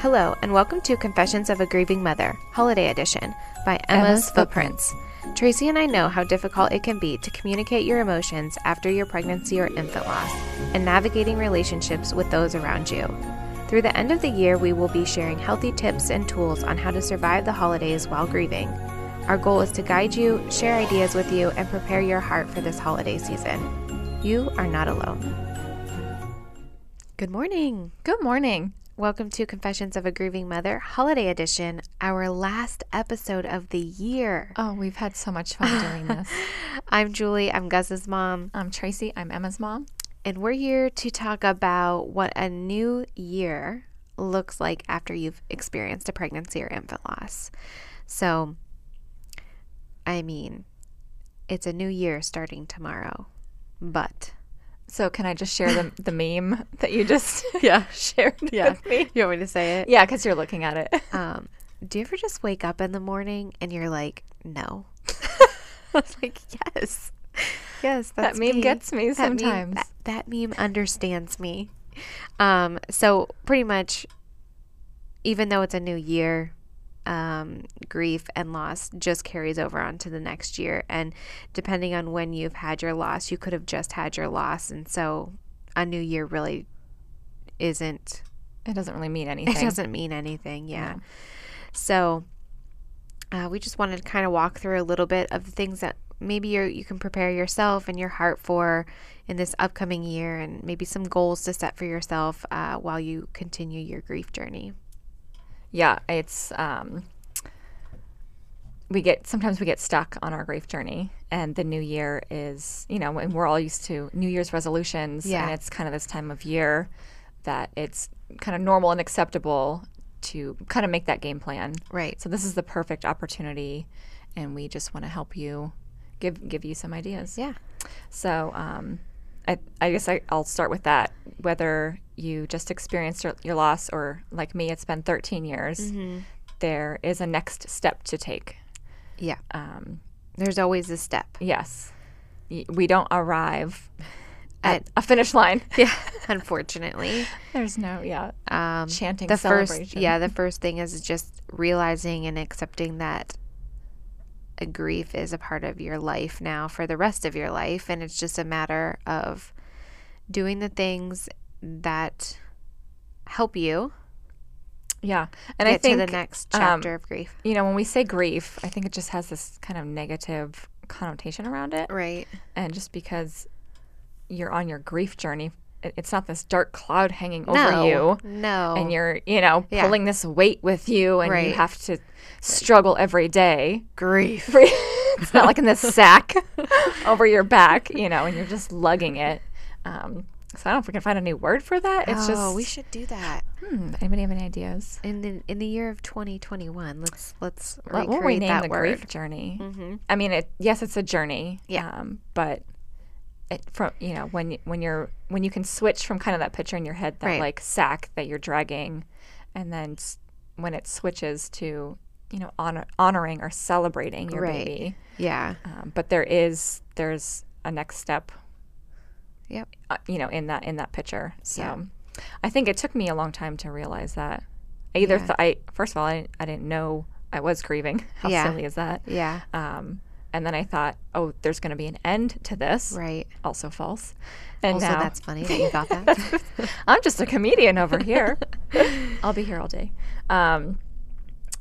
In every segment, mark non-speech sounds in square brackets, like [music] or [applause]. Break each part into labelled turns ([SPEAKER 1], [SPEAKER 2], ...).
[SPEAKER 1] Hello, and welcome to Confessions of a Grieving Mother, Holiday Edition, by Emma's,
[SPEAKER 2] Emma's
[SPEAKER 1] Footprints. Tracy and I know how difficult it can be to communicate your emotions after your pregnancy or infant loss, and navigating relationships with those around you. Through the end of the year, we will be sharing healthy tips and tools on how to survive the holidays while grieving. Our goal is to guide you, share ideas with you, and prepare your heart for this holiday season. You are not alone. Good morning.
[SPEAKER 2] Good morning.
[SPEAKER 1] Welcome to Confessions of a Grieving Mother Holiday Edition, our last episode of the year.
[SPEAKER 2] Oh, we've had so much fun
[SPEAKER 1] [laughs]
[SPEAKER 2] doing this.
[SPEAKER 1] I'm Julie, I'm Gus's mom,
[SPEAKER 2] I'm Tracy. I'm Emma's mom.
[SPEAKER 1] and we're here to talk about what a new year looks like after you've experienced a pregnancy or infant loss. So, I mean, it's a new year starting tomorrow, but
[SPEAKER 2] So, can I just share the, the meme that you just [laughs] yeah shared
[SPEAKER 1] Yeah.
[SPEAKER 2] with me?
[SPEAKER 1] you want me to say it?
[SPEAKER 2] Yeah, because you're looking at it.
[SPEAKER 1] Um, do you ever just wake up in the morning and you're like, no? [laughs] I was like, yes. Yes, that's
[SPEAKER 2] that meme
[SPEAKER 1] me.
[SPEAKER 2] gets me
[SPEAKER 1] That meme-
[SPEAKER 2] sometimes.
[SPEAKER 1] That that meme, understands me. Um, so pretty much, even though it's a new year, um, grief and loss just carries over onto the next year. And depending on when you've had your loss, you could have just had your loss, and so a new year really isn't.
[SPEAKER 2] it doesn't really mean anything.
[SPEAKER 1] It doesn't mean anything. Yeah. So uh, we just wanted to kind of walk through a little bit of the things that maybe you you can prepare yourself and your heart for in this upcoming year, and maybe some goals to set for yourself uh, while you continue your grief journey.
[SPEAKER 2] Yeah, it's um, we get sometimes we get stuck on our grief journey, and the new year is you know, and we're all used to New Year's resolutions,
[SPEAKER 1] Yeah.
[SPEAKER 2] and it's kind of this time of year that it's kind of normal and acceptable to kind of make that game plan.
[SPEAKER 1] Right.
[SPEAKER 2] So this is the perfect opportunity, and we just want to help you, give give you some ideas.
[SPEAKER 1] Yeah.
[SPEAKER 2] So um, I I guess I, I'll start with that. Whether you just experienced your, your loss or like me, it's been 13 years. there is a next step to take.
[SPEAKER 1] Yeah.
[SPEAKER 2] Um,
[SPEAKER 1] There's always a step.
[SPEAKER 2] yes, Y- we don't arrive at
[SPEAKER 1] At-
[SPEAKER 2] a finish line.
[SPEAKER 1] Yeah. [laughs] Unfortunately.
[SPEAKER 2] There's no yeah
[SPEAKER 1] Um,
[SPEAKER 2] chanting
[SPEAKER 1] the
[SPEAKER 2] celebration.
[SPEAKER 1] first yeah the first thing is just realizing and accepting that a grief is a part of your life now for the rest of your life and it's just a matter of doing the things that help you
[SPEAKER 2] yeah, and I
[SPEAKER 1] get
[SPEAKER 2] think
[SPEAKER 1] to the next
[SPEAKER 2] um,
[SPEAKER 1] chapter of grief
[SPEAKER 2] you know when we say grief, I think it just has this kind of negative connotation around it.
[SPEAKER 1] right
[SPEAKER 2] and just because you're on your grief journey it- it's not this dark cloud hanging over you
[SPEAKER 1] no
[SPEAKER 2] and you're you know
[SPEAKER 1] Yeah.
[SPEAKER 2] pulling this weight with you and
[SPEAKER 1] Right.
[SPEAKER 2] you have to struggle every day [laughs]
[SPEAKER 1] grief
[SPEAKER 2] it's not like in this
[SPEAKER 1] [laughs]
[SPEAKER 2] sack over your back you know and you're just lugging it um, so i don't know if we can find a new word for that it's
[SPEAKER 1] oh,
[SPEAKER 2] just
[SPEAKER 1] we should do that
[SPEAKER 2] hmm, anybody have any ideas
[SPEAKER 1] in the in the year of 2021 let's let's
[SPEAKER 2] what
[SPEAKER 1] recreate
[SPEAKER 2] will we name
[SPEAKER 1] that
[SPEAKER 2] the
[SPEAKER 1] word
[SPEAKER 2] grief journey
[SPEAKER 1] hmm
[SPEAKER 2] I mean, it yes, it's a journey.
[SPEAKER 1] Yeah.
[SPEAKER 2] Um, but it, from you know when y- when you're when you can switch from kind of that picture in your head that
[SPEAKER 1] Right.
[SPEAKER 2] like sack that you're dragging, and then s- when it switches to you know honor, honoring or celebrating your
[SPEAKER 1] Right.
[SPEAKER 2] baby.
[SPEAKER 1] yeah
[SPEAKER 2] Um, but there is there's a next step.
[SPEAKER 1] Yep.
[SPEAKER 2] Uh, you know in that in that picture. So
[SPEAKER 1] Yeah.
[SPEAKER 2] I think it took me a long time to realize that. I either
[SPEAKER 1] Yeah.
[SPEAKER 2] thought I first of all I didn't, I didn't know I was grieving. [laughs] How
[SPEAKER 1] Yeah.
[SPEAKER 2] silly is that?
[SPEAKER 1] yeah
[SPEAKER 2] Um, and then I thought, oh, there's going to be an end to this.
[SPEAKER 1] right
[SPEAKER 2] Also false. And
[SPEAKER 1] also
[SPEAKER 2] now
[SPEAKER 1] that's funny that you got
[SPEAKER 2] [laughs]
[SPEAKER 1] that
[SPEAKER 2] I'm just a comedian
[SPEAKER 1] [laughs]
[SPEAKER 2] over here. I'll be here all day. Um,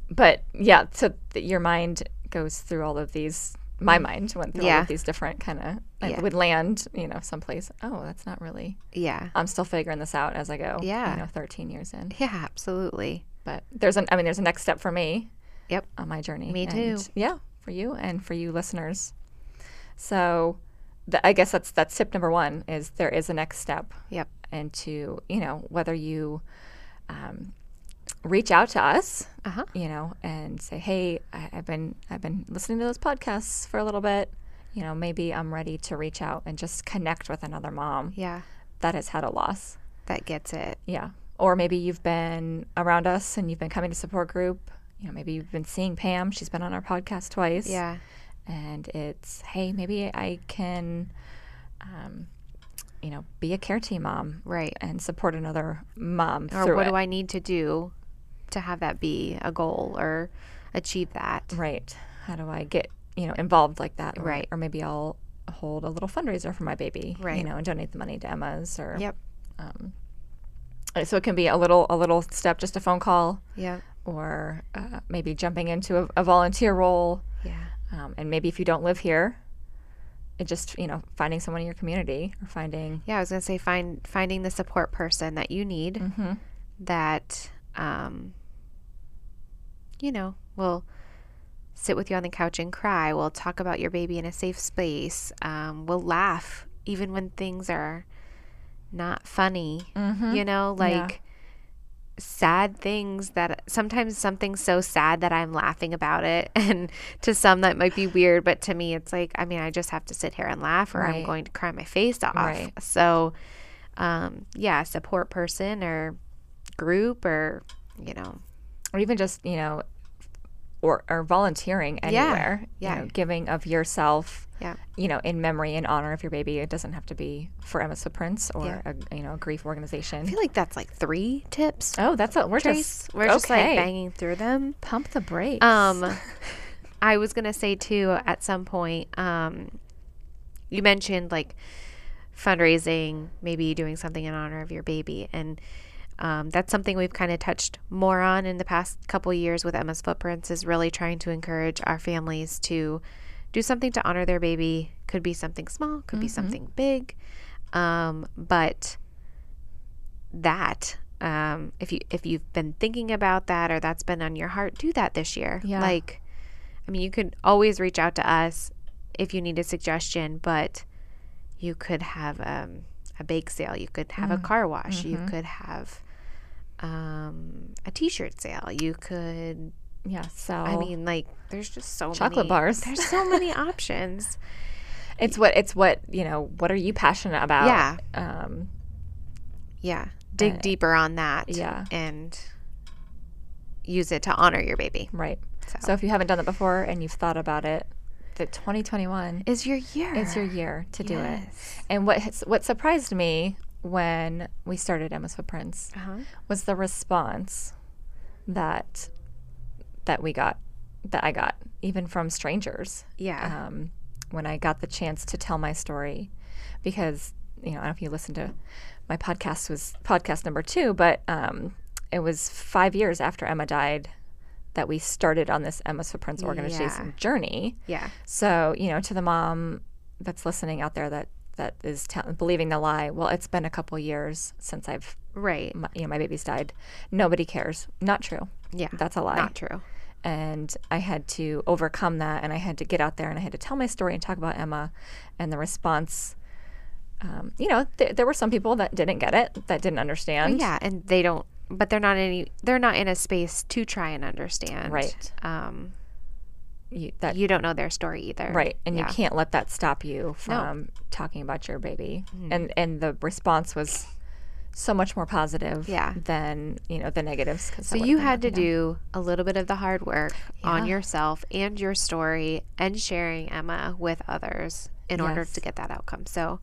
[SPEAKER 2] but yeah, so th- your mind goes through all of these. My mind went through all
[SPEAKER 1] Mm. Yeah.
[SPEAKER 2] of these different kind of. I
[SPEAKER 1] Yeah.
[SPEAKER 2] would land, you know, someplace. Oh, that's not really.
[SPEAKER 1] yeah
[SPEAKER 2] I'm still figuring this out as I go.
[SPEAKER 1] Yeah.
[SPEAKER 2] You know, 13 years in.
[SPEAKER 1] Yeah, absolutely.
[SPEAKER 2] But there's an. I mean, there's a next step for me.
[SPEAKER 1] Yep.
[SPEAKER 2] on my journey.
[SPEAKER 1] Me
[SPEAKER 2] and-
[SPEAKER 1] too.
[SPEAKER 2] yeah, for you and for you listeners. So, th- I guess that's that's tip number one: is there is a next step,
[SPEAKER 1] Yep.
[SPEAKER 2] and to you know whether you um, reach out to us,
[SPEAKER 1] Uh huh.
[SPEAKER 2] you know, and say, hey, I, I've been I've been listening to those podcasts for a little bit. You know, maybe I'm ready to reach out and just connect with another mom
[SPEAKER 1] Yeah,
[SPEAKER 2] that has had a loss.
[SPEAKER 1] that gets it.
[SPEAKER 2] Yeah. Or maybe you've been around us and you've been coming to support group. You know, maybe you've been seeing Pam. She's been on our podcast twice.
[SPEAKER 1] Yeah.
[SPEAKER 2] And it's, hey, maybe I can, um, you know, be a care team mom
[SPEAKER 1] Right.
[SPEAKER 2] and support another mom
[SPEAKER 1] Or
[SPEAKER 2] through
[SPEAKER 1] what
[SPEAKER 2] it.
[SPEAKER 1] do I need to do to have that be a goal or achieve that.
[SPEAKER 2] right how do i get you know involved like that or,
[SPEAKER 1] Right.
[SPEAKER 2] or maybe i'll hold a little fundraiser for my baby you
[SPEAKER 1] Right.
[SPEAKER 2] know and donate the money to emma's or
[SPEAKER 1] Yep.
[SPEAKER 2] Uh, so it can be a little a little step just a phone call
[SPEAKER 1] Yep.
[SPEAKER 2] or uh, maybe jumping into a, a volunteer role
[SPEAKER 1] Yeah.
[SPEAKER 2] um, and maybe if you don't live here it just you know finding someone in your community or finding
[SPEAKER 1] Yeah, I was gonna say find finding the support person that you need that um you know, will sit with you on the couch and cry, will talk about your baby in a safe space, um, will laugh even when things are not funny. You know, like sad things that sometimes something so sad that I'm laughing about it [laughs] and to some that might be weird but to me it's like I mean I just have to sit here and laugh or I'm
[SPEAKER 2] Right.
[SPEAKER 1] going to cry my face off
[SPEAKER 2] Right.
[SPEAKER 1] so um yeah support person or group or you know
[SPEAKER 2] or even just you know or, or volunteering
[SPEAKER 1] Yeah,
[SPEAKER 2] anywhere
[SPEAKER 1] yeah.
[SPEAKER 2] you know, giving of yourself
[SPEAKER 1] yeah
[SPEAKER 2] you know in memory in honor of your baby it doesn't have to be for emma's prince or
[SPEAKER 1] Yeah.
[SPEAKER 2] a you know a grief organization
[SPEAKER 1] I feel like that's like three tips
[SPEAKER 2] oh that's what we're
[SPEAKER 1] Trace.
[SPEAKER 2] just
[SPEAKER 1] we're just like
[SPEAKER 2] okay.
[SPEAKER 1] banging through them
[SPEAKER 2] pump the brakes [laughs]
[SPEAKER 1] Um, I was gonna say too at some point. Um, you mentioned like fundraising, maybe doing something in honor of your baby, and um, that's something we've kind of touched more on in the past couple years with Emma's Footprints. Is really trying to encourage our families to do something to honor their baby. Could be something small, could be something big, um, but that um, if you if you've been thinking about that or that's been on your heart, do that this year.
[SPEAKER 2] Yeah.
[SPEAKER 1] Like, I mean, you could always reach out to us if you need a suggestion, but you could have um, a bake sale, you could have
[SPEAKER 2] Mm,
[SPEAKER 1] a car wash,
[SPEAKER 2] mm-hmm.
[SPEAKER 1] you could have um, a T-shirt sale, you could.
[SPEAKER 2] yeah so
[SPEAKER 1] I mean, like, there's just so
[SPEAKER 2] Oh. Chocolate
[SPEAKER 1] many-
[SPEAKER 2] bars. [laughs]
[SPEAKER 1] There's so many options.
[SPEAKER 2] it's what it's what you know what are you passionate about
[SPEAKER 1] Yeah.
[SPEAKER 2] um
[SPEAKER 1] Yeah, dig deeper on that.
[SPEAKER 2] yeah.
[SPEAKER 1] and use it to honor your baby.
[SPEAKER 2] right
[SPEAKER 1] So.
[SPEAKER 2] so. if you haven't done that before and you've thought about it that 2021
[SPEAKER 1] Is your year?
[SPEAKER 2] is your year to do it and what has- what surprised me when we started emma's footprints
[SPEAKER 1] Uh-huh.
[SPEAKER 2] was the response that that we got that I got even from strangers
[SPEAKER 1] Yeah.
[SPEAKER 2] um, when I got the chance to tell my story because you know I don't know if you listened to my podcast was podcast number two but um, it was five years after Emma died that we started on this Emma's Footprints organization
[SPEAKER 1] Yeah.
[SPEAKER 2] journey
[SPEAKER 1] yeah.
[SPEAKER 2] so you know to the mom that's listening out there that that is tell believing the lie well it's been a couple years since I've
[SPEAKER 1] Right.
[SPEAKER 2] my, you know, my baby's died. Nobody cares. Not true.
[SPEAKER 1] Yeah.
[SPEAKER 2] That's a lie.
[SPEAKER 1] Not true.
[SPEAKER 2] And I had to overcome that, and I had to get out there, and I had to tell my story and talk about Emma, and the response. Um, you know, th- there were some people that didn't get it, that didn't understand.
[SPEAKER 1] Yeah, and they don't. But they're not any. They're not in a space to try and understand.
[SPEAKER 2] Right.
[SPEAKER 1] Um.
[SPEAKER 2] You, that
[SPEAKER 1] You don't know their story either.
[SPEAKER 2] right, and
[SPEAKER 1] Yeah.
[SPEAKER 2] you can't let that stop you from talking about your baby. And and the response was so much more positive.
[SPEAKER 1] Yeah.
[SPEAKER 2] Than you know the negatives. 'cause that
[SPEAKER 1] So
[SPEAKER 2] would've
[SPEAKER 1] you
[SPEAKER 2] been
[SPEAKER 1] had to
[SPEAKER 2] nothing.
[SPEAKER 1] do a little bit of the hard work on
[SPEAKER 2] Yeah.
[SPEAKER 1] yourself and your story and sharing Emma with others in order
[SPEAKER 2] Yes.
[SPEAKER 1] to get that outcome. So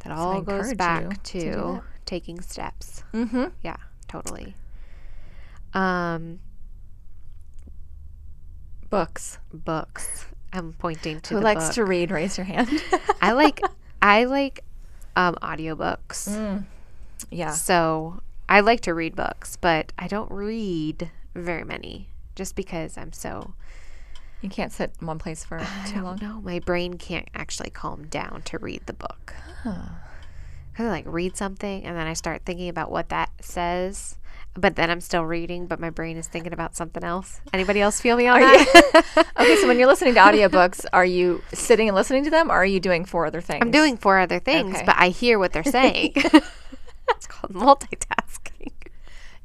[SPEAKER 1] that all goes
[SPEAKER 2] encourage you
[SPEAKER 1] back
[SPEAKER 2] to
[SPEAKER 1] to,
[SPEAKER 2] do that.
[SPEAKER 1] taking steps.
[SPEAKER 2] Mhm.
[SPEAKER 1] Yeah, totally. Um,
[SPEAKER 2] books.
[SPEAKER 1] books. I'm pointing to
[SPEAKER 2] Who
[SPEAKER 1] the
[SPEAKER 2] likes
[SPEAKER 1] book.
[SPEAKER 2] to read? Raise your hand.
[SPEAKER 1] I like I like um audiobooks.
[SPEAKER 2] [laughs] yeah.
[SPEAKER 1] So I like to read books, but I don't read very many just because I'm so
[SPEAKER 2] You can't sit in one place for
[SPEAKER 1] I
[SPEAKER 2] too
[SPEAKER 1] don't
[SPEAKER 2] long.
[SPEAKER 1] know. My brain can't actually calm down to read the book. Cause I like read something and then I start thinking about what that says, but then I'm still reading, but my brain is thinking about something else. Anybody else feel
[SPEAKER 2] [laughs]
[SPEAKER 1] me on that?
[SPEAKER 2] Okay, so when you're listening to audiobooks, are you sitting and listening to them or are you doing four other things?
[SPEAKER 1] I'm doing four other things,
[SPEAKER 2] Okay.
[SPEAKER 1] but I hear what they're
[SPEAKER 2] [laughs]
[SPEAKER 1] saying. it's called multitasking.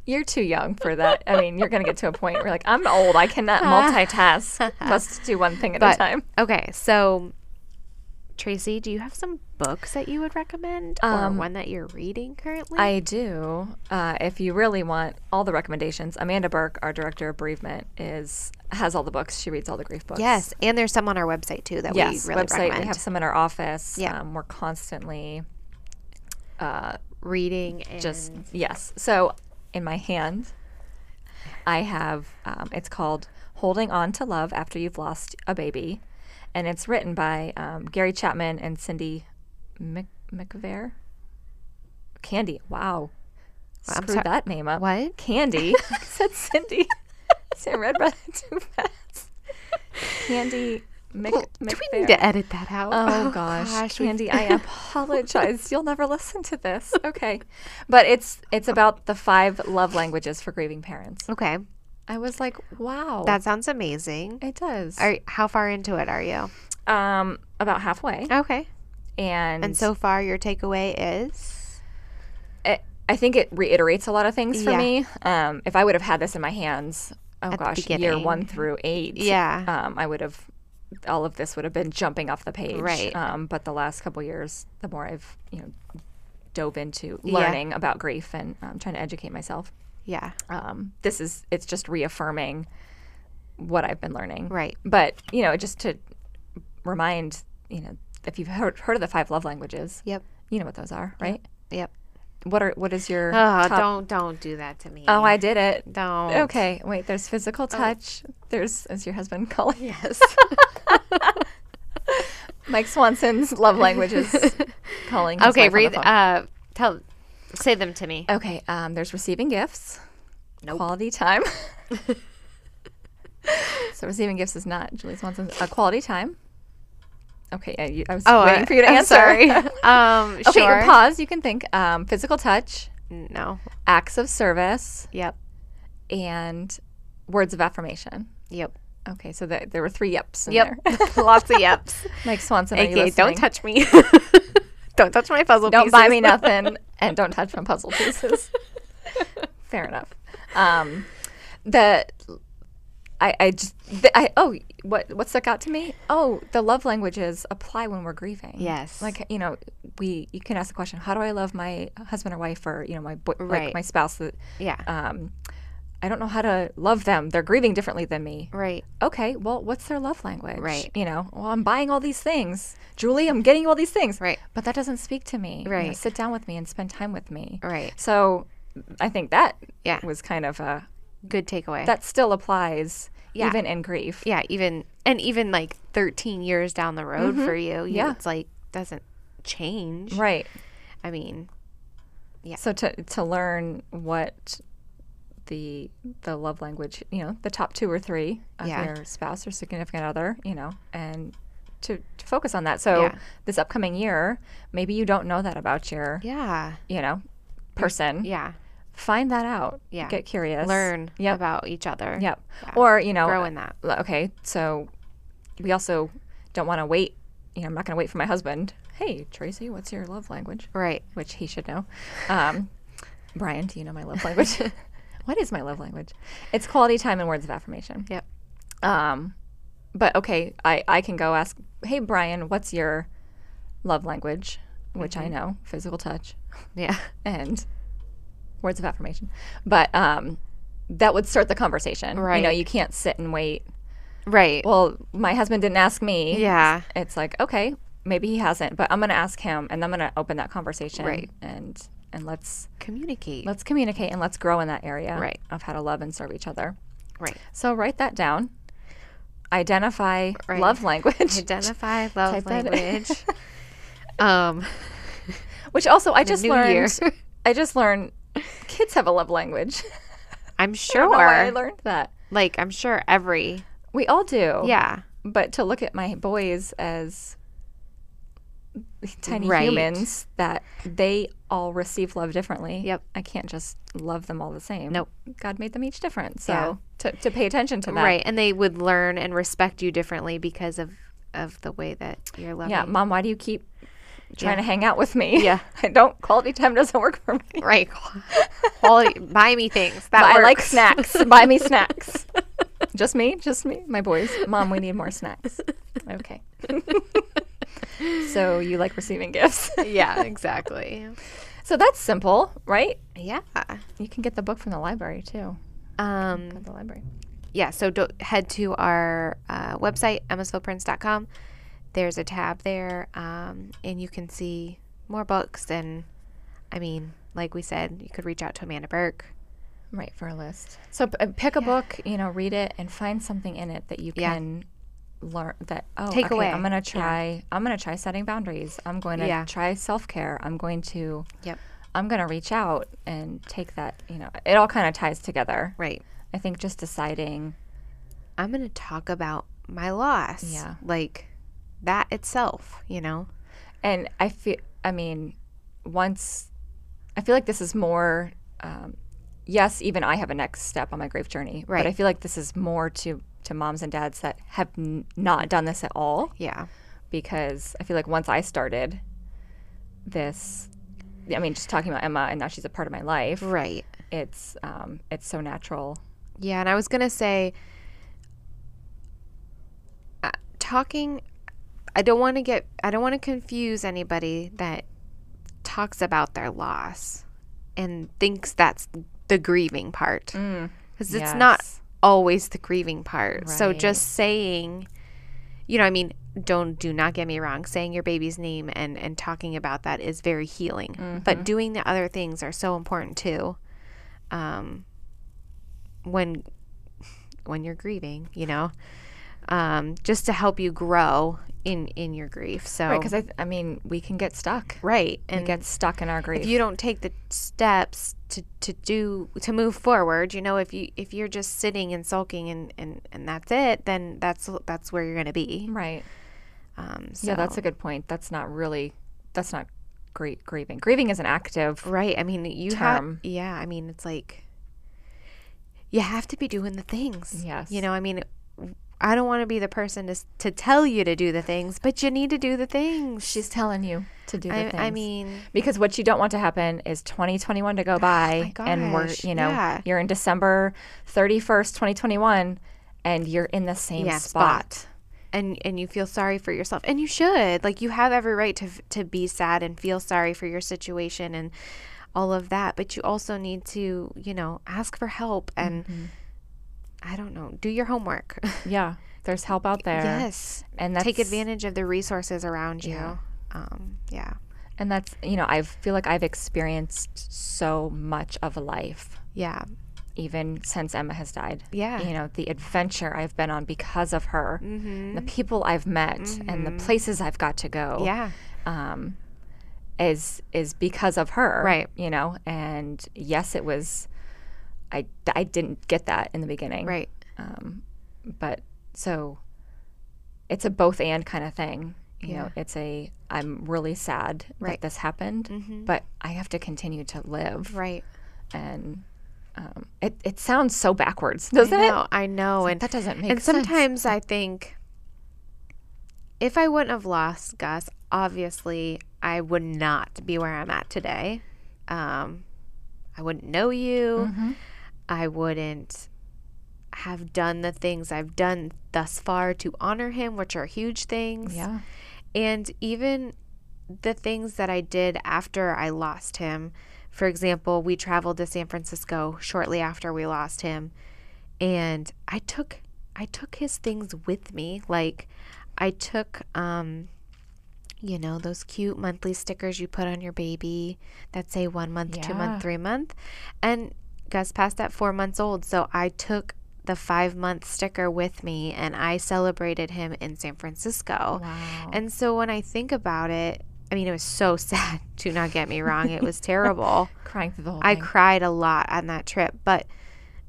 [SPEAKER 2] You're too young for that. I mean, you're going to get to a point where you're like, I'm old. I [laughs] cannot multitask. Must do one thing at a
[SPEAKER 1] But
[SPEAKER 2] time.
[SPEAKER 1] okay, so Tracy, do you have some books that you would recommend, or one that you're reading currently?
[SPEAKER 2] Um, I do. Uh, if you really want all the recommendations, Amanda Burke, our director of bereavement, is has all the books. She reads all the grief books.
[SPEAKER 1] yes, and there's some on our website too that
[SPEAKER 2] Yes.
[SPEAKER 1] we really
[SPEAKER 2] website.
[SPEAKER 1] recommend.
[SPEAKER 2] We have some in our office.
[SPEAKER 1] Yeah.
[SPEAKER 2] Um, we're constantly
[SPEAKER 1] reading and
[SPEAKER 2] just yes. So in my hand, I have, um, it's called Holding On to Love After You've Lost a Baby. And it's written by um, Gary Chapman and Cindy Mc- McVare. Candy.
[SPEAKER 1] Well,
[SPEAKER 2] Wow.
[SPEAKER 1] I'm
[SPEAKER 2] Screwed
[SPEAKER 1] sorry.
[SPEAKER 2] that name up.
[SPEAKER 1] What? [laughs]
[SPEAKER 2] Candy. [laughs] I said Cindy. I said Red [laughs] Brother too fast. Candy Mc-
[SPEAKER 1] Do we
[SPEAKER 2] McVare.
[SPEAKER 1] need to edit that out?
[SPEAKER 2] Oh, gosh,
[SPEAKER 1] we-
[SPEAKER 2] Candy, [laughs] I apologize. You'll never listen to this. Okay. But it's it's about the five love languages for grieving parents.
[SPEAKER 1] Okay,
[SPEAKER 2] I was like, wow.
[SPEAKER 1] that sounds amazing.
[SPEAKER 2] it does.
[SPEAKER 1] Are, how far into it are you?
[SPEAKER 2] Um about halfway.
[SPEAKER 1] Okay.
[SPEAKER 2] And,
[SPEAKER 1] And so far, your takeaway is
[SPEAKER 2] it, I think it reiterates a lot of things for
[SPEAKER 1] Yeah.
[SPEAKER 2] me. Um if I would have had this in my hands, oh
[SPEAKER 1] the
[SPEAKER 2] gosh, year
[SPEAKER 1] beginning.
[SPEAKER 2] 1 through 8.
[SPEAKER 1] Yeah.
[SPEAKER 2] Um I would have all of this would have been jumping off the page.
[SPEAKER 1] Right.
[SPEAKER 2] Um but the last couple years, the more I've, you know, dove into
[SPEAKER 1] Yeah.
[SPEAKER 2] learning about grief and um, trying to educate myself.
[SPEAKER 1] yeah,
[SPEAKER 2] um, this is it's just reaffirming what I've been learning.
[SPEAKER 1] right.
[SPEAKER 2] But you know, just to remind you know, if you've heard heard of the five love languages,
[SPEAKER 1] Yep,
[SPEAKER 2] you know what those are, right?
[SPEAKER 1] yep.
[SPEAKER 2] What are what is your
[SPEAKER 1] Oh,
[SPEAKER 2] top-
[SPEAKER 1] don't don't do that to me.
[SPEAKER 2] Oh, I did it.
[SPEAKER 1] don't. Oh.
[SPEAKER 2] Okay, wait. There's physical touch. There's as your husband calling
[SPEAKER 1] Yes.
[SPEAKER 2] [laughs] Mike Swanson's love languages
[SPEAKER 1] [laughs]
[SPEAKER 2] calling. his
[SPEAKER 1] okay,
[SPEAKER 2] wife on the
[SPEAKER 1] read.
[SPEAKER 2] phone.
[SPEAKER 1] Uh, tell, say them to me.
[SPEAKER 2] Okay, um, there's receiving gifts. No Quality
[SPEAKER 1] [laughs]
[SPEAKER 2] time. so receiving gifts is not Julie Swanson's uh, quality time. Okay, uh, you, I was waiting
[SPEAKER 1] Oh, I-
[SPEAKER 2] for you to
[SPEAKER 1] I'm
[SPEAKER 2] answer.
[SPEAKER 1] Sorry. [laughs] um,
[SPEAKER 2] [laughs] okay,
[SPEAKER 1] sure.
[SPEAKER 2] or pause. You can think. Um, physical touch,
[SPEAKER 1] no.
[SPEAKER 2] acts of service,
[SPEAKER 1] Yep.
[SPEAKER 2] and words of affirmation.
[SPEAKER 1] Yep.
[SPEAKER 2] Okay, so th- there were three yeps. In
[SPEAKER 1] Yep.
[SPEAKER 2] There. [laughs]
[SPEAKER 1] [laughs] Lots of yeps.
[SPEAKER 2] Mike Swanson, are you
[SPEAKER 1] Okay, don't
[SPEAKER 2] listening?
[SPEAKER 1] touch me. [laughs] don't touch my puzzle
[SPEAKER 2] Don't
[SPEAKER 1] pieces. [laughs]
[SPEAKER 2] buy me [laughs] nothing, and don't touch my puzzle pieces. Fair enough. Um, the I, I just the, I oh what what stuck out to me oh the love languages apply when we're grieving
[SPEAKER 1] Yes.
[SPEAKER 2] like you know we you can ask the question how do I love my husband or wife or you know my boy,
[SPEAKER 1] Right.
[SPEAKER 2] like my spouse that
[SPEAKER 1] Yeah.
[SPEAKER 2] um I don't know how to love them they're grieving differently than me
[SPEAKER 1] right.
[SPEAKER 2] okay, well, what's their love language?
[SPEAKER 1] Right.
[SPEAKER 2] You know, well, I'm buying all these things. Julie, I'm getting you all these things.
[SPEAKER 1] Right.
[SPEAKER 2] But that doesn't speak to me. You know,
[SPEAKER 1] Right.
[SPEAKER 2] sit down with me and spend time with me.
[SPEAKER 1] Right.
[SPEAKER 2] So I think that
[SPEAKER 1] Yeah.
[SPEAKER 2] was kind of a,
[SPEAKER 1] Good takeaway.
[SPEAKER 2] that still applies
[SPEAKER 1] Yeah.
[SPEAKER 2] even in grief.
[SPEAKER 1] yeah. Even and even like 13 years down the road for you, you-
[SPEAKER 2] Mm-hmm. Yeah.
[SPEAKER 1] it's like doesn't change.
[SPEAKER 2] Right.
[SPEAKER 1] I mean,
[SPEAKER 2] So to, to learn what the the love language, you know, the top two or three of
[SPEAKER 1] Yeah.
[SPEAKER 2] your spouse or significant other, you know, and to, to focus on that. So
[SPEAKER 1] Yeah.
[SPEAKER 2] this upcoming year, maybe you don't know that about your
[SPEAKER 1] yeah.
[SPEAKER 2] you know, person.
[SPEAKER 1] Yeah.
[SPEAKER 2] Find that out.
[SPEAKER 1] Mm. Yeah.
[SPEAKER 2] Get curious.
[SPEAKER 1] Learn
[SPEAKER 2] Yep.
[SPEAKER 1] about each other.
[SPEAKER 2] Yep. Or, you know,
[SPEAKER 1] Grow in that.
[SPEAKER 2] l- okay, so we also don't want to wait. You know, I'm not going to wait for my husband. Hey, Tracy, what's your love language?
[SPEAKER 1] Right.
[SPEAKER 2] Which he should know. Um, [laughs] Brian, do you know my love
[SPEAKER 1] [laughs]
[SPEAKER 2] language? [laughs] what is my love language? It's quality time and words of affirmation.
[SPEAKER 1] Yep.
[SPEAKER 2] Um, but okay, I, I can go ask, hey, Brian, what's your love language? Which
[SPEAKER 1] Mm-hmm.
[SPEAKER 2] I know, physical touch
[SPEAKER 1] Yeah. [laughs]
[SPEAKER 2] and words of affirmation. But um, that would start the conversation. You know,
[SPEAKER 1] Right.
[SPEAKER 2] you can't sit and wait.
[SPEAKER 1] Right.
[SPEAKER 2] Well, my husband didn't ask me.
[SPEAKER 1] yeah.
[SPEAKER 2] It's like, okay, maybe he hasn't, but I'm going to ask him and I'm going to open that conversation.
[SPEAKER 1] Right.
[SPEAKER 2] And and let's
[SPEAKER 1] Communicate.
[SPEAKER 2] let's communicate and let's grow in that area
[SPEAKER 1] Right.
[SPEAKER 2] of how to love and serve each other.
[SPEAKER 1] Right.
[SPEAKER 2] So write that down. Identify
[SPEAKER 1] Right.
[SPEAKER 2] love language,
[SPEAKER 1] Identify love
[SPEAKER 2] Type that in.
[SPEAKER 1] language. um,
[SPEAKER 2] [laughs] which also I just
[SPEAKER 1] new year. [laughs]
[SPEAKER 2] learned. I just learned kids have a love language. [laughs]
[SPEAKER 1] I'm
[SPEAKER 2] I don't know why I
[SPEAKER 1] sure.
[SPEAKER 2] learned that.
[SPEAKER 1] Like I'm sure every
[SPEAKER 2] We all do.
[SPEAKER 1] yeah
[SPEAKER 2] but to look at my boys as tiny
[SPEAKER 1] Right.
[SPEAKER 2] humans that they all receive love differently.
[SPEAKER 1] Yep.
[SPEAKER 2] I can't just love them all the same.
[SPEAKER 1] Nope.
[SPEAKER 2] God made them each different. So
[SPEAKER 1] Yeah.
[SPEAKER 2] to, to pay attention to that.
[SPEAKER 1] right, and they would learn and respect you differently because of of the way that you're loving.
[SPEAKER 2] Yeah. Mom, why do you keep trying
[SPEAKER 1] Yeah.
[SPEAKER 2] to hang out with me?
[SPEAKER 1] Yeah.
[SPEAKER 2] [laughs] I don't quality time doesn't work for me.
[SPEAKER 1] Right. Quality, buy me things. That
[SPEAKER 2] But I like
[SPEAKER 1] works.
[SPEAKER 2] snacks. Buy
[SPEAKER 1] [laughs]
[SPEAKER 2] me snacks. Just me? Just me? My boys. Mom, we need more snacks.
[SPEAKER 1] [laughs]
[SPEAKER 2] Okay. [laughs] so you like receiving gifts. [laughs]
[SPEAKER 1] Yeah, exactly.
[SPEAKER 2] so that's simple, right?
[SPEAKER 1] yeah.
[SPEAKER 2] You can get the book from the library too.
[SPEAKER 1] Um,
[SPEAKER 2] At the library.
[SPEAKER 1] yeah, so do, head to our uh, website, emmasvilleprince.com. There's a tab there, um, and you can see more books. And I mean, like we said, you could reach out to Amanda Burke.
[SPEAKER 2] Right for a list. So p- uh, pick a book, you know, read it, and find something in it that you
[SPEAKER 1] Yeah.
[SPEAKER 2] can learn. That oh,
[SPEAKER 1] Take
[SPEAKER 2] okay,
[SPEAKER 1] away.
[SPEAKER 2] I'm gonna try. I'm gonna try setting boundaries. I'm going to
[SPEAKER 1] Yeah.
[SPEAKER 2] try self care. I'm going to.
[SPEAKER 1] Yep.
[SPEAKER 2] I'm gonna reach out and take that. You know, it all kind of ties together.
[SPEAKER 1] Right.
[SPEAKER 2] I think just deciding.
[SPEAKER 1] I'm going to talk about my loss.
[SPEAKER 2] Yeah.
[SPEAKER 1] Like that itself, you know?
[SPEAKER 2] And I feel, I mean, once I feel like this is more, um, yes, even I have a next step on my grief journey.
[SPEAKER 1] Right.
[SPEAKER 2] But I feel like this is more to, to moms and dads that have n- not done this at all
[SPEAKER 1] Yeah.
[SPEAKER 2] because I feel like once I started this, I mean, just talking about Emma and now she's a part of my life,
[SPEAKER 1] Right.
[SPEAKER 2] it's, um, it's so natural.
[SPEAKER 1] Yeah, and I was gonna say, uh, talking. I don't want to get. I don't want to confuse anybody that talks about their loss and thinks that's the grieving part,
[SPEAKER 2] Mm,
[SPEAKER 1] because it's not
[SPEAKER 2] yes.
[SPEAKER 1] always the grieving part. So
[SPEAKER 2] Right.
[SPEAKER 1] just saying, you know, I mean, don't do not get me wrong. Saying your baby's name and and talking about that is very healing,
[SPEAKER 2] Mm-hmm.
[SPEAKER 1] but doing the other things are so important too. Um, when when you're grieving, you know, um, just to help you grow in in your grief. So
[SPEAKER 2] Right. Because I, th- I mean, we can get stuck.
[SPEAKER 1] right,
[SPEAKER 2] We
[SPEAKER 1] and
[SPEAKER 2] get stuck in our grief.
[SPEAKER 1] if you don't take the steps to, to do to move forward you know if you if you're just sitting and sulking and and, and that's it then that's that's where you're going to be
[SPEAKER 2] right.
[SPEAKER 1] um so
[SPEAKER 2] Mm-hmm. Yeah, that's a good point. That's not really that's not grie- grieving. Grieving is an active
[SPEAKER 1] right i mean you have
[SPEAKER 2] term.
[SPEAKER 1] yeah i mean it's like you have to be doing the things
[SPEAKER 2] Yes.
[SPEAKER 1] you know i mean i don't want to be the person to, s- to tell you to do the things but you need to do the things
[SPEAKER 2] She's telling you to do the
[SPEAKER 1] I,
[SPEAKER 2] things.
[SPEAKER 1] I mean
[SPEAKER 2] because what you don't want to happen is 2021 [sighs] to go by
[SPEAKER 1] my
[SPEAKER 2] and we're,
[SPEAKER 1] gosh,
[SPEAKER 2] you know,
[SPEAKER 1] yeah.
[SPEAKER 2] you're in December 31st, 2021 and you're in the same
[SPEAKER 1] yeah,
[SPEAKER 2] spot.
[SPEAKER 1] and and you feel sorry for yourself and you should like you have every right to f- to be sad and feel sorry for your situation and all of that but you also need to you know ask for help and i don't know do your homework
[SPEAKER 2] Mm-hmm.
[SPEAKER 1] [laughs]
[SPEAKER 2] Yeah. There's help out there.
[SPEAKER 1] yes
[SPEAKER 2] And that's
[SPEAKER 1] take advantage of the resources around you yeah. um yeah
[SPEAKER 2] And that's, you know, I feel like I've experienced so much of life
[SPEAKER 1] yeah
[SPEAKER 2] even since Emma has died.
[SPEAKER 1] Yeah.
[SPEAKER 2] You know, the adventure I've been on because of her,
[SPEAKER 1] Mm-hmm.
[SPEAKER 2] the people I've met, and the places I've got to go.
[SPEAKER 1] yeah
[SPEAKER 2] um, is is because of her,
[SPEAKER 1] Right.
[SPEAKER 2] You know, and yes, it was. I I didn't get that in the beginning,
[SPEAKER 1] right
[SPEAKER 2] But so it's a both and kind of thing. You
[SPEAKER 1] Yeah.
[SPEAKER 2] know, it's a I'm really sad
[SPEAKER 1] Right. Mm-hmm.
[SPEAKER 2] that this happened, but I have to continue to live.
[SPEAKER 1] right
[SPEAKER 2] And um, it it sounds so backwards, doesn't
[SPEAKER 1] I
[SPEAKER 2] it?
[SPEAKER 1] know, I know and
[SPEAKER 2] That doesn't make
[SPEAKER 1] and
[SPEAKER 2] sense.
[SPEAKER 1] sometimes I think if I wouldn't have lost Gus, obviously I would not be where I'm at today. Um, I wouldn't know you. I wouldn't have done the things I've done thus far to honor him, which are huge things.
[SPEAKER 2] yeah,
[SPEAKER 1] And even the things that I did after I lost him. For example, we traveled to San Francisco shortly after we lost him, and I took I took his things with me. Like I took um you know, those cute monthly stickers you put on your baby that say 1 month, 2
[SPEAKER 2] Yeah.
[SPEAKER 1] month, 3 month. And Gus passed at 4 months old, so I took the 5 month sticker with me and I celebrated him in San Francisco.
[SPEAKER 2] wow,
[SPEAKER 1] And so when I think about it, I mean, it was so [laughs] sad. Do not get me wrong. It was
[SPEAKER 2] [laughs]
[SPEAKER 1] terrible.
[SPEAKER 2] crying through the whole
[SPEAKER 1] I
[SPEAKER 2] thing.
[SPEAKER 1] cried a lot on that trip, but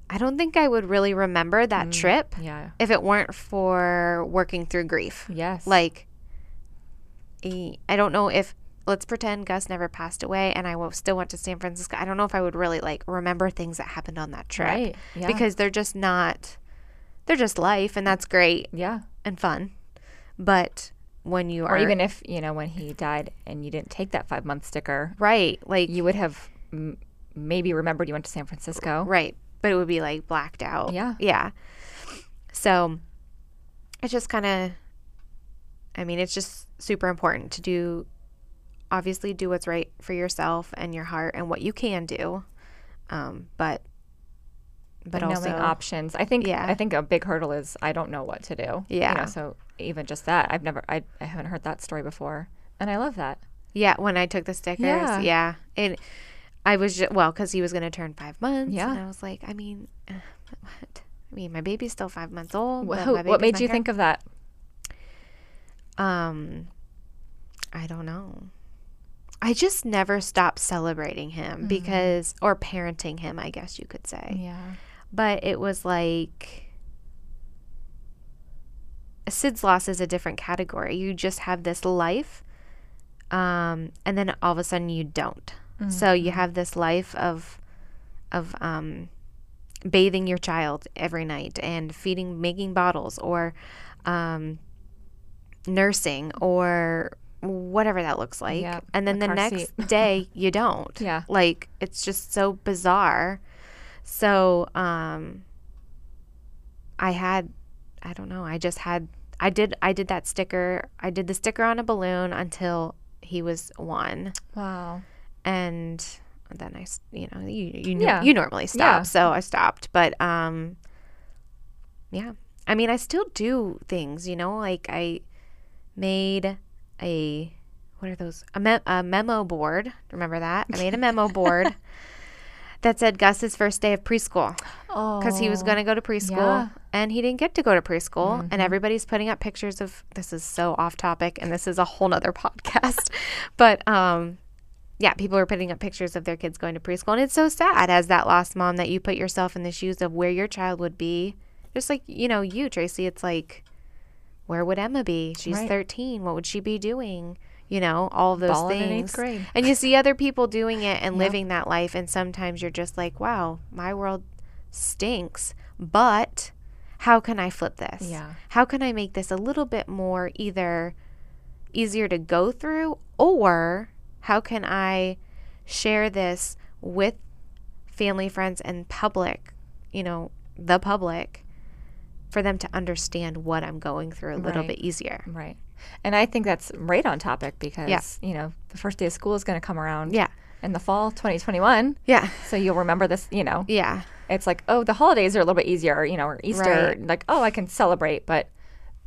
[SPEAKER 1] I don't think I would really remember that
[SPEAKER 2] Mm.
[SPEAKER 1] trip
[SPEAKER 2] yeah,
[SPEAKER 1] if it weren't for working through grief.
[SPEAKER 2] yes,
[SPEAKER 1] Like, e- I don't know if, let's pretend Gus never passed away and I wo- still went to San Francisco. I don't know if I would really like remember things that happened on that trip
[SPEAKER 2] right, yeah,
[SPEAKER 1] because they're just not, they're just life and that's great
[SPEAKER 2] yeah.
[SPEAKER 1] and fun. But when you
[SPEAKER 2] or
[SPEAKER 1] are
[SPEAKER 2] even if you know when he died and you didn't take that five month sticker
[SPEAKER 1] Right. Like,
[SPEAKER 2] you would have m- maybe remembered you went to san francisco
[SPEAKER 1] right. But it would be like blacked out.
[SPEAKER 2] Yeah.
[SPEAKER 1] Yeah. So it's just kind of, I mean, it's just super important to do, obviously, do what's right for yourself and your heart and what you can do. Um, but, but
[SPEAKER 2] but knowing
[SPEAKER 1] also,
[SPEAKER 2] options i think
[SPEAKER 1] Yeah.
[SPEAKER 2] i think a big hurdle is i don't know what to do You know,
[SPEAKER 1] Yeah.
[SPEAKER 2] so even just that i've never I, I haven't heard that story before and i love that
[SPEAKER 1] yeah, when I took the stickers,
[SPEAKER 2] Yeah.
[SPEAKER 1] yeah. And I was just, well, because he was going to turn five months.
[SPEAKER 2] Yeah.
[SPEAKER 1] And I was like, I mean, [sighs] uh, what? I mean, my baby's still five months old.
[SPEAKER 2] Wha-
[SPEAKER 1] but
[SPEAKER 2] who-
[SPEAKER 1] my baby's
[SPEAKER 2] what made
[SPEAKER 1] not
[SPEAKER 2] you
[SPEAKER 1] here.
[SPEAKER 2] think of that?
[SPEAKER 1] Um, I don't know. I just never stopped celebrating him because, or parenting him, I guess you could say.
[SPEAKER 2] Yeah.
[SPEAKER 1] But it was like Sid's loss is a different category. You just have this life, um, and then all of a sudden you don't. So
[SPEAKER 2] Mm-hmm.
[SPEAKER 1] you have this life of of um, bathing your child every night and feeding, making bottles, or um, nursing, or whatever that looks like.
[SPEAKER 2] Yep,
[SPEAKER 1] And then
[SPEAKER 2] a
[SPEAKER 1] the
[SPEAKER 2] car
[SPEAKER 1] next
[SPEAKER 2] [laughs]
[SPEAKER 1] day you don't.
[SPEAKER 2] Yeah.
[SPEAKER 1] Like it's just so bizarre. So um I had I don't know, I just had I did I did that sticker. I did the sticker on a balloon until he was 1
[SPEAKER 2] Wow.
[SPEAKER 1] and then I s- you know, you you know,
[SPEAKER 2] Yeah.
[SPEAKER 1] you normally stop.
[SPEAKER 2] Yeah.
[SPEAKER 1] So I stopped, but um yeah. I mean, I still do things, you know, like I made a what are those a, me- a memo board remember that i made a memo
[SPEAKER 2] [laughs]
[SPEAKER 1] board that said gus's first day of preschool
[SPEAKER 2] Oh.
[SPEAKER 1] because he was going to go to preschool
[SPEAKER 2] yeah. Mm-hmm.
[SPEAKER 1] and he didn't get to go to preschool and everybody's putting up pictures of this is so off topic and this is a whole nother [laughs] podcast but um yeah people are putting up pictures of their kids going to preschool and it's so sad as that lost mom that you put yourself in the shoes of where your child would be just like you know you tracy it's like where would emma be she's
[SPEAKER 2] Right.
[SPEAKER 1] 13 what would she be doing you know all those
[SPEAKER 2] Balling in
[SPEAKER 1] things
[SPEAKER 2] eighth grade.
[SPEAKER 1] and you see other people doing it
[SPEAKER 2] [laughs]
[SPEAKER 1] and living that life and sometimes you're just like wow my world stinks but how can i flip this
[SPEAKER 2] Yeah.
[SPEAKER 1] how can i make this a little bit more either easier to go through or how can i share this with family friends and public you know the public for them to understand what i'm going through a little
[SPEAKER 2] Right.
[SPEAKER 1] bit easier
[SPEAKER 2] Right. And I think that's right on topic because, you know, the first day of school is going to come around
[SPEAKER 1] yeah
[SPEAKER 2] in the fall 2021.
[SPEAKER 1] yeah
[SPEAKER 2] So you'll remember this, you know.
[SPEAKER 1] yeah
[SPEAKER 2] It's like, oh, the holidays are a little bit easier, you know, or Easter,
[SPEAKER 1] Right.
[SPEAKER 2] like, oh, I can celebrate. But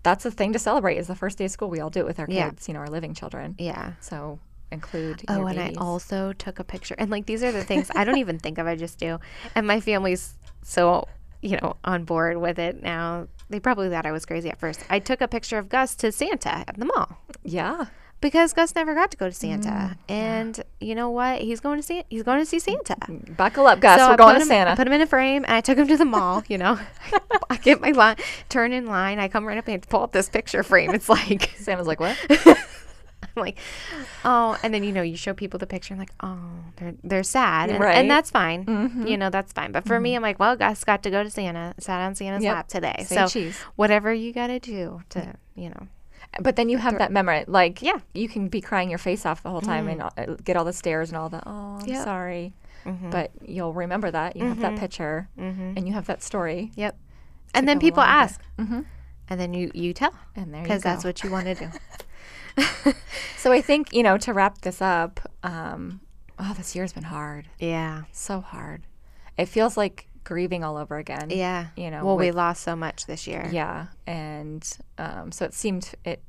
[SPEAKER 2] that's the thing to celebrate is the first day of school. We all do it with our
[SPEAKER 1] Yeah.
[SPEAKER 2] kids, you know, our living children.
[SPEAKER 1] yeah
[SPEAKER 2] So include.
[SPEAKER 1] Oh,
[SPEAKER 2] your
[SPEAKER 1] and
[SPEAKER 2] babies.
[SPEAKER 1] I also took a picture. And like these are the things I don't even think of, I just do. And my family's so, you know, on board with it now. They probably thought I was crazy at first. I took a picture of Gus to Santa at the mall
[SPEAKER 2] Yeah.
[SPEAKER 1] because Gus never got to go to
[SPEAKER 2] Mm,
[SPEAKER 1] Santa. and you know what? He's going to see he's going to see Santa.
[SPEAKER 2] Buckle up, Gus.
[SPEAKER 1] So I
[SPEAKER 2] We're
[SPEAKER 1] put
[SPEAKER 2] going to
[SPEAKER 1] him-
[SPEAKER 2] Santa.
[SPEAKER 1] I put him in a frame and I took him to the mall, you know. [laughs] I get my line, turn in line, I come right up and pull up this picture frame. It's like
[SPEAKER 2] Santa's like, what?
[SPEAKER 1] [laughs] I'm like, oh, and then you know you show people the picture. I'm like, oh, they're they're sad, and,
[SPEAKER 2] Right. Mm-hmm.
[SPEAKER 1] and that's fine. You know, that's fine. But for me, I'm like, well, Gus got to go to Santa, sat on Santa's
[SPEAKER 2] Yep.
[SPEAKER 1] lap today.
[SPEAKER 2] Say
[SPEAKER 1] so
[SPEAKER 2] cheese.
[SPEAKER 1] whatever you got to do to, you know,
[SPEAKER 2] But then you have that memory, like
[SPEAKER 1] Yeah. Mm.
[SPEAKER 2] you can be crying your face off the whole time and and uh, get all the stares and all the oh I'm
[SPEAKER 1] Yep. Mm-hmm.
[SPEAKER 2] sorry, but you'll remember that you have that picture and you have that story,
[SPEAKER 1] yep. And then
[SPEAKER 2] go
[SPEAKER 1] people
[SPEAKER 2] along with
[SPEAKER 1] ask, and then you you tell
[SPEAKER 2] and there Mm-hmm. you go.
[SPEAKER 1] because that's what you want
[SPEAKER 2] [laughs]
[SPEAKER 1] to do.
[SPEAKER 2] so I think you know to wrap this up. Um, oh, this year's been hard,
[SPEAKER 1] yeah,
[SPEAKER 2] so hard. It feels like grieving all over again.
[SPEAKER 1] yeah.
[SPEAKER 2] You know,
[SPEAKER 1] well, we
[SPEAKER 2] with-
[SPEAKER 1] lost so much this year.
[SPEAKER 2] yeah, and um, so it seemed it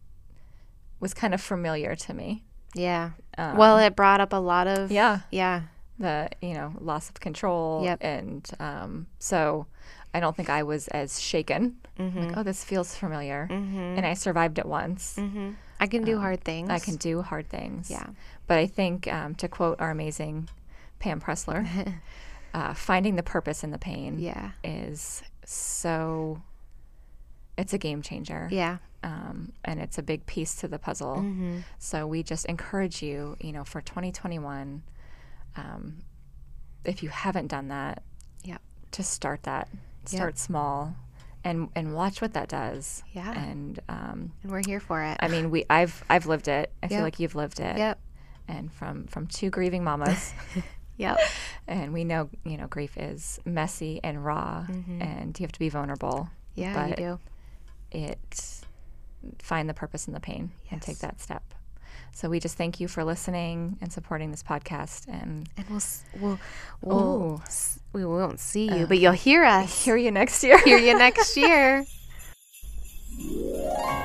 [SPEAKER 2] was kind of familiar to me.
[SPEAKER 1] Yeah.
[SPEAKER 2] Um,
[SPEAKER 1] well, it brought up a lot of
[SPEAKER 2] Yeah.
[SPEAKER 1] yeah,
[SPEAKER 2] the you know loss of control
[SPEAKER 1] Yep.
[SPEAKER 2] and um, so i don't think i was as shaken
[SPEAKER 1] Mm-hmm.
[SPEAKER 2] like oh this feels familiar and i survived it once
[SPEAKER 1] hmm I can do hard things.
[SPEAKER 2] Um, i can do hard things
[SPEAKER 1] Yeah.
[SPEAKER 2] but i think um, to quote our amazing pam pressler
[SPEAKER 1] [laughs]
[SPEAKER 2] uh, finding the purpose in the pain
[SPEAKER 1] Yeah.
[SPEAKER 2] is so it's a game changer
[SPEAKER 1] Yeah.
[SPEAKER 2] um, and it's a big piece to the puzzle.
[SPEAKER 1] Mm-hmm.
[SPEAKER 2] So we just encourage you, you know, for 2021, um, if you haven't done that,
[SPEAKER 1] Yep.
[SPEAKER 2] to start that, start small, and and watch what that does.
[SPEAKER 1] Yeah.
[SPEAKER 2] And um,
[SPEAKER 1] And we're here for it.
[SPEAKER 2] I mean, we I've I've lived it. I feel
[SPEAKER 1] Yep.
[SPEAKER 2] like you've lived it.
[SPEAKER 1] Yep.
[SPEAKER 2] And from from two grieving mamas,
[SPEAKER 1] Yep.
[SPEAKER 2] and we know you know grief is messy and raw, and you have to be vulnerable.
[SPEAKER 1] Yeah, you
[SPEAKER 2] But-
[SPEAKER 1] do.
[SPEAKER 2] it find the purpose in the pain and take
[SPEAKER 1] Yes.
[SPEAKER 2] that step. So we just thank you for listening and supporting this podcast and
[SPEAKER 1] And we'll s- we'll we'll
[SPEAKER 2] Ooh.
[SPEAKER 1] s- we won't see you, but you'll hear us.
[SPEAKER 2] hear you next year.
[SPEAKER 1] [laughs] Hear you next year.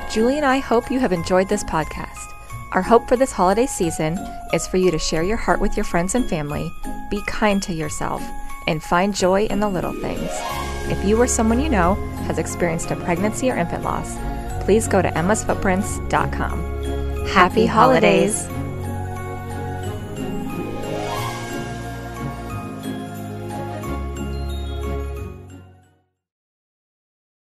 [SPEAKER 2] Julie and I hope you have enjoyed this podcast. Our hope for this holiday season is for you to share your heart with your friends and family, Be kind to yourself and find joy in the little things. If you or someone you know has experienced a pregnancy or infant loss, please go to emmasfootprints.com. Happy, holidays.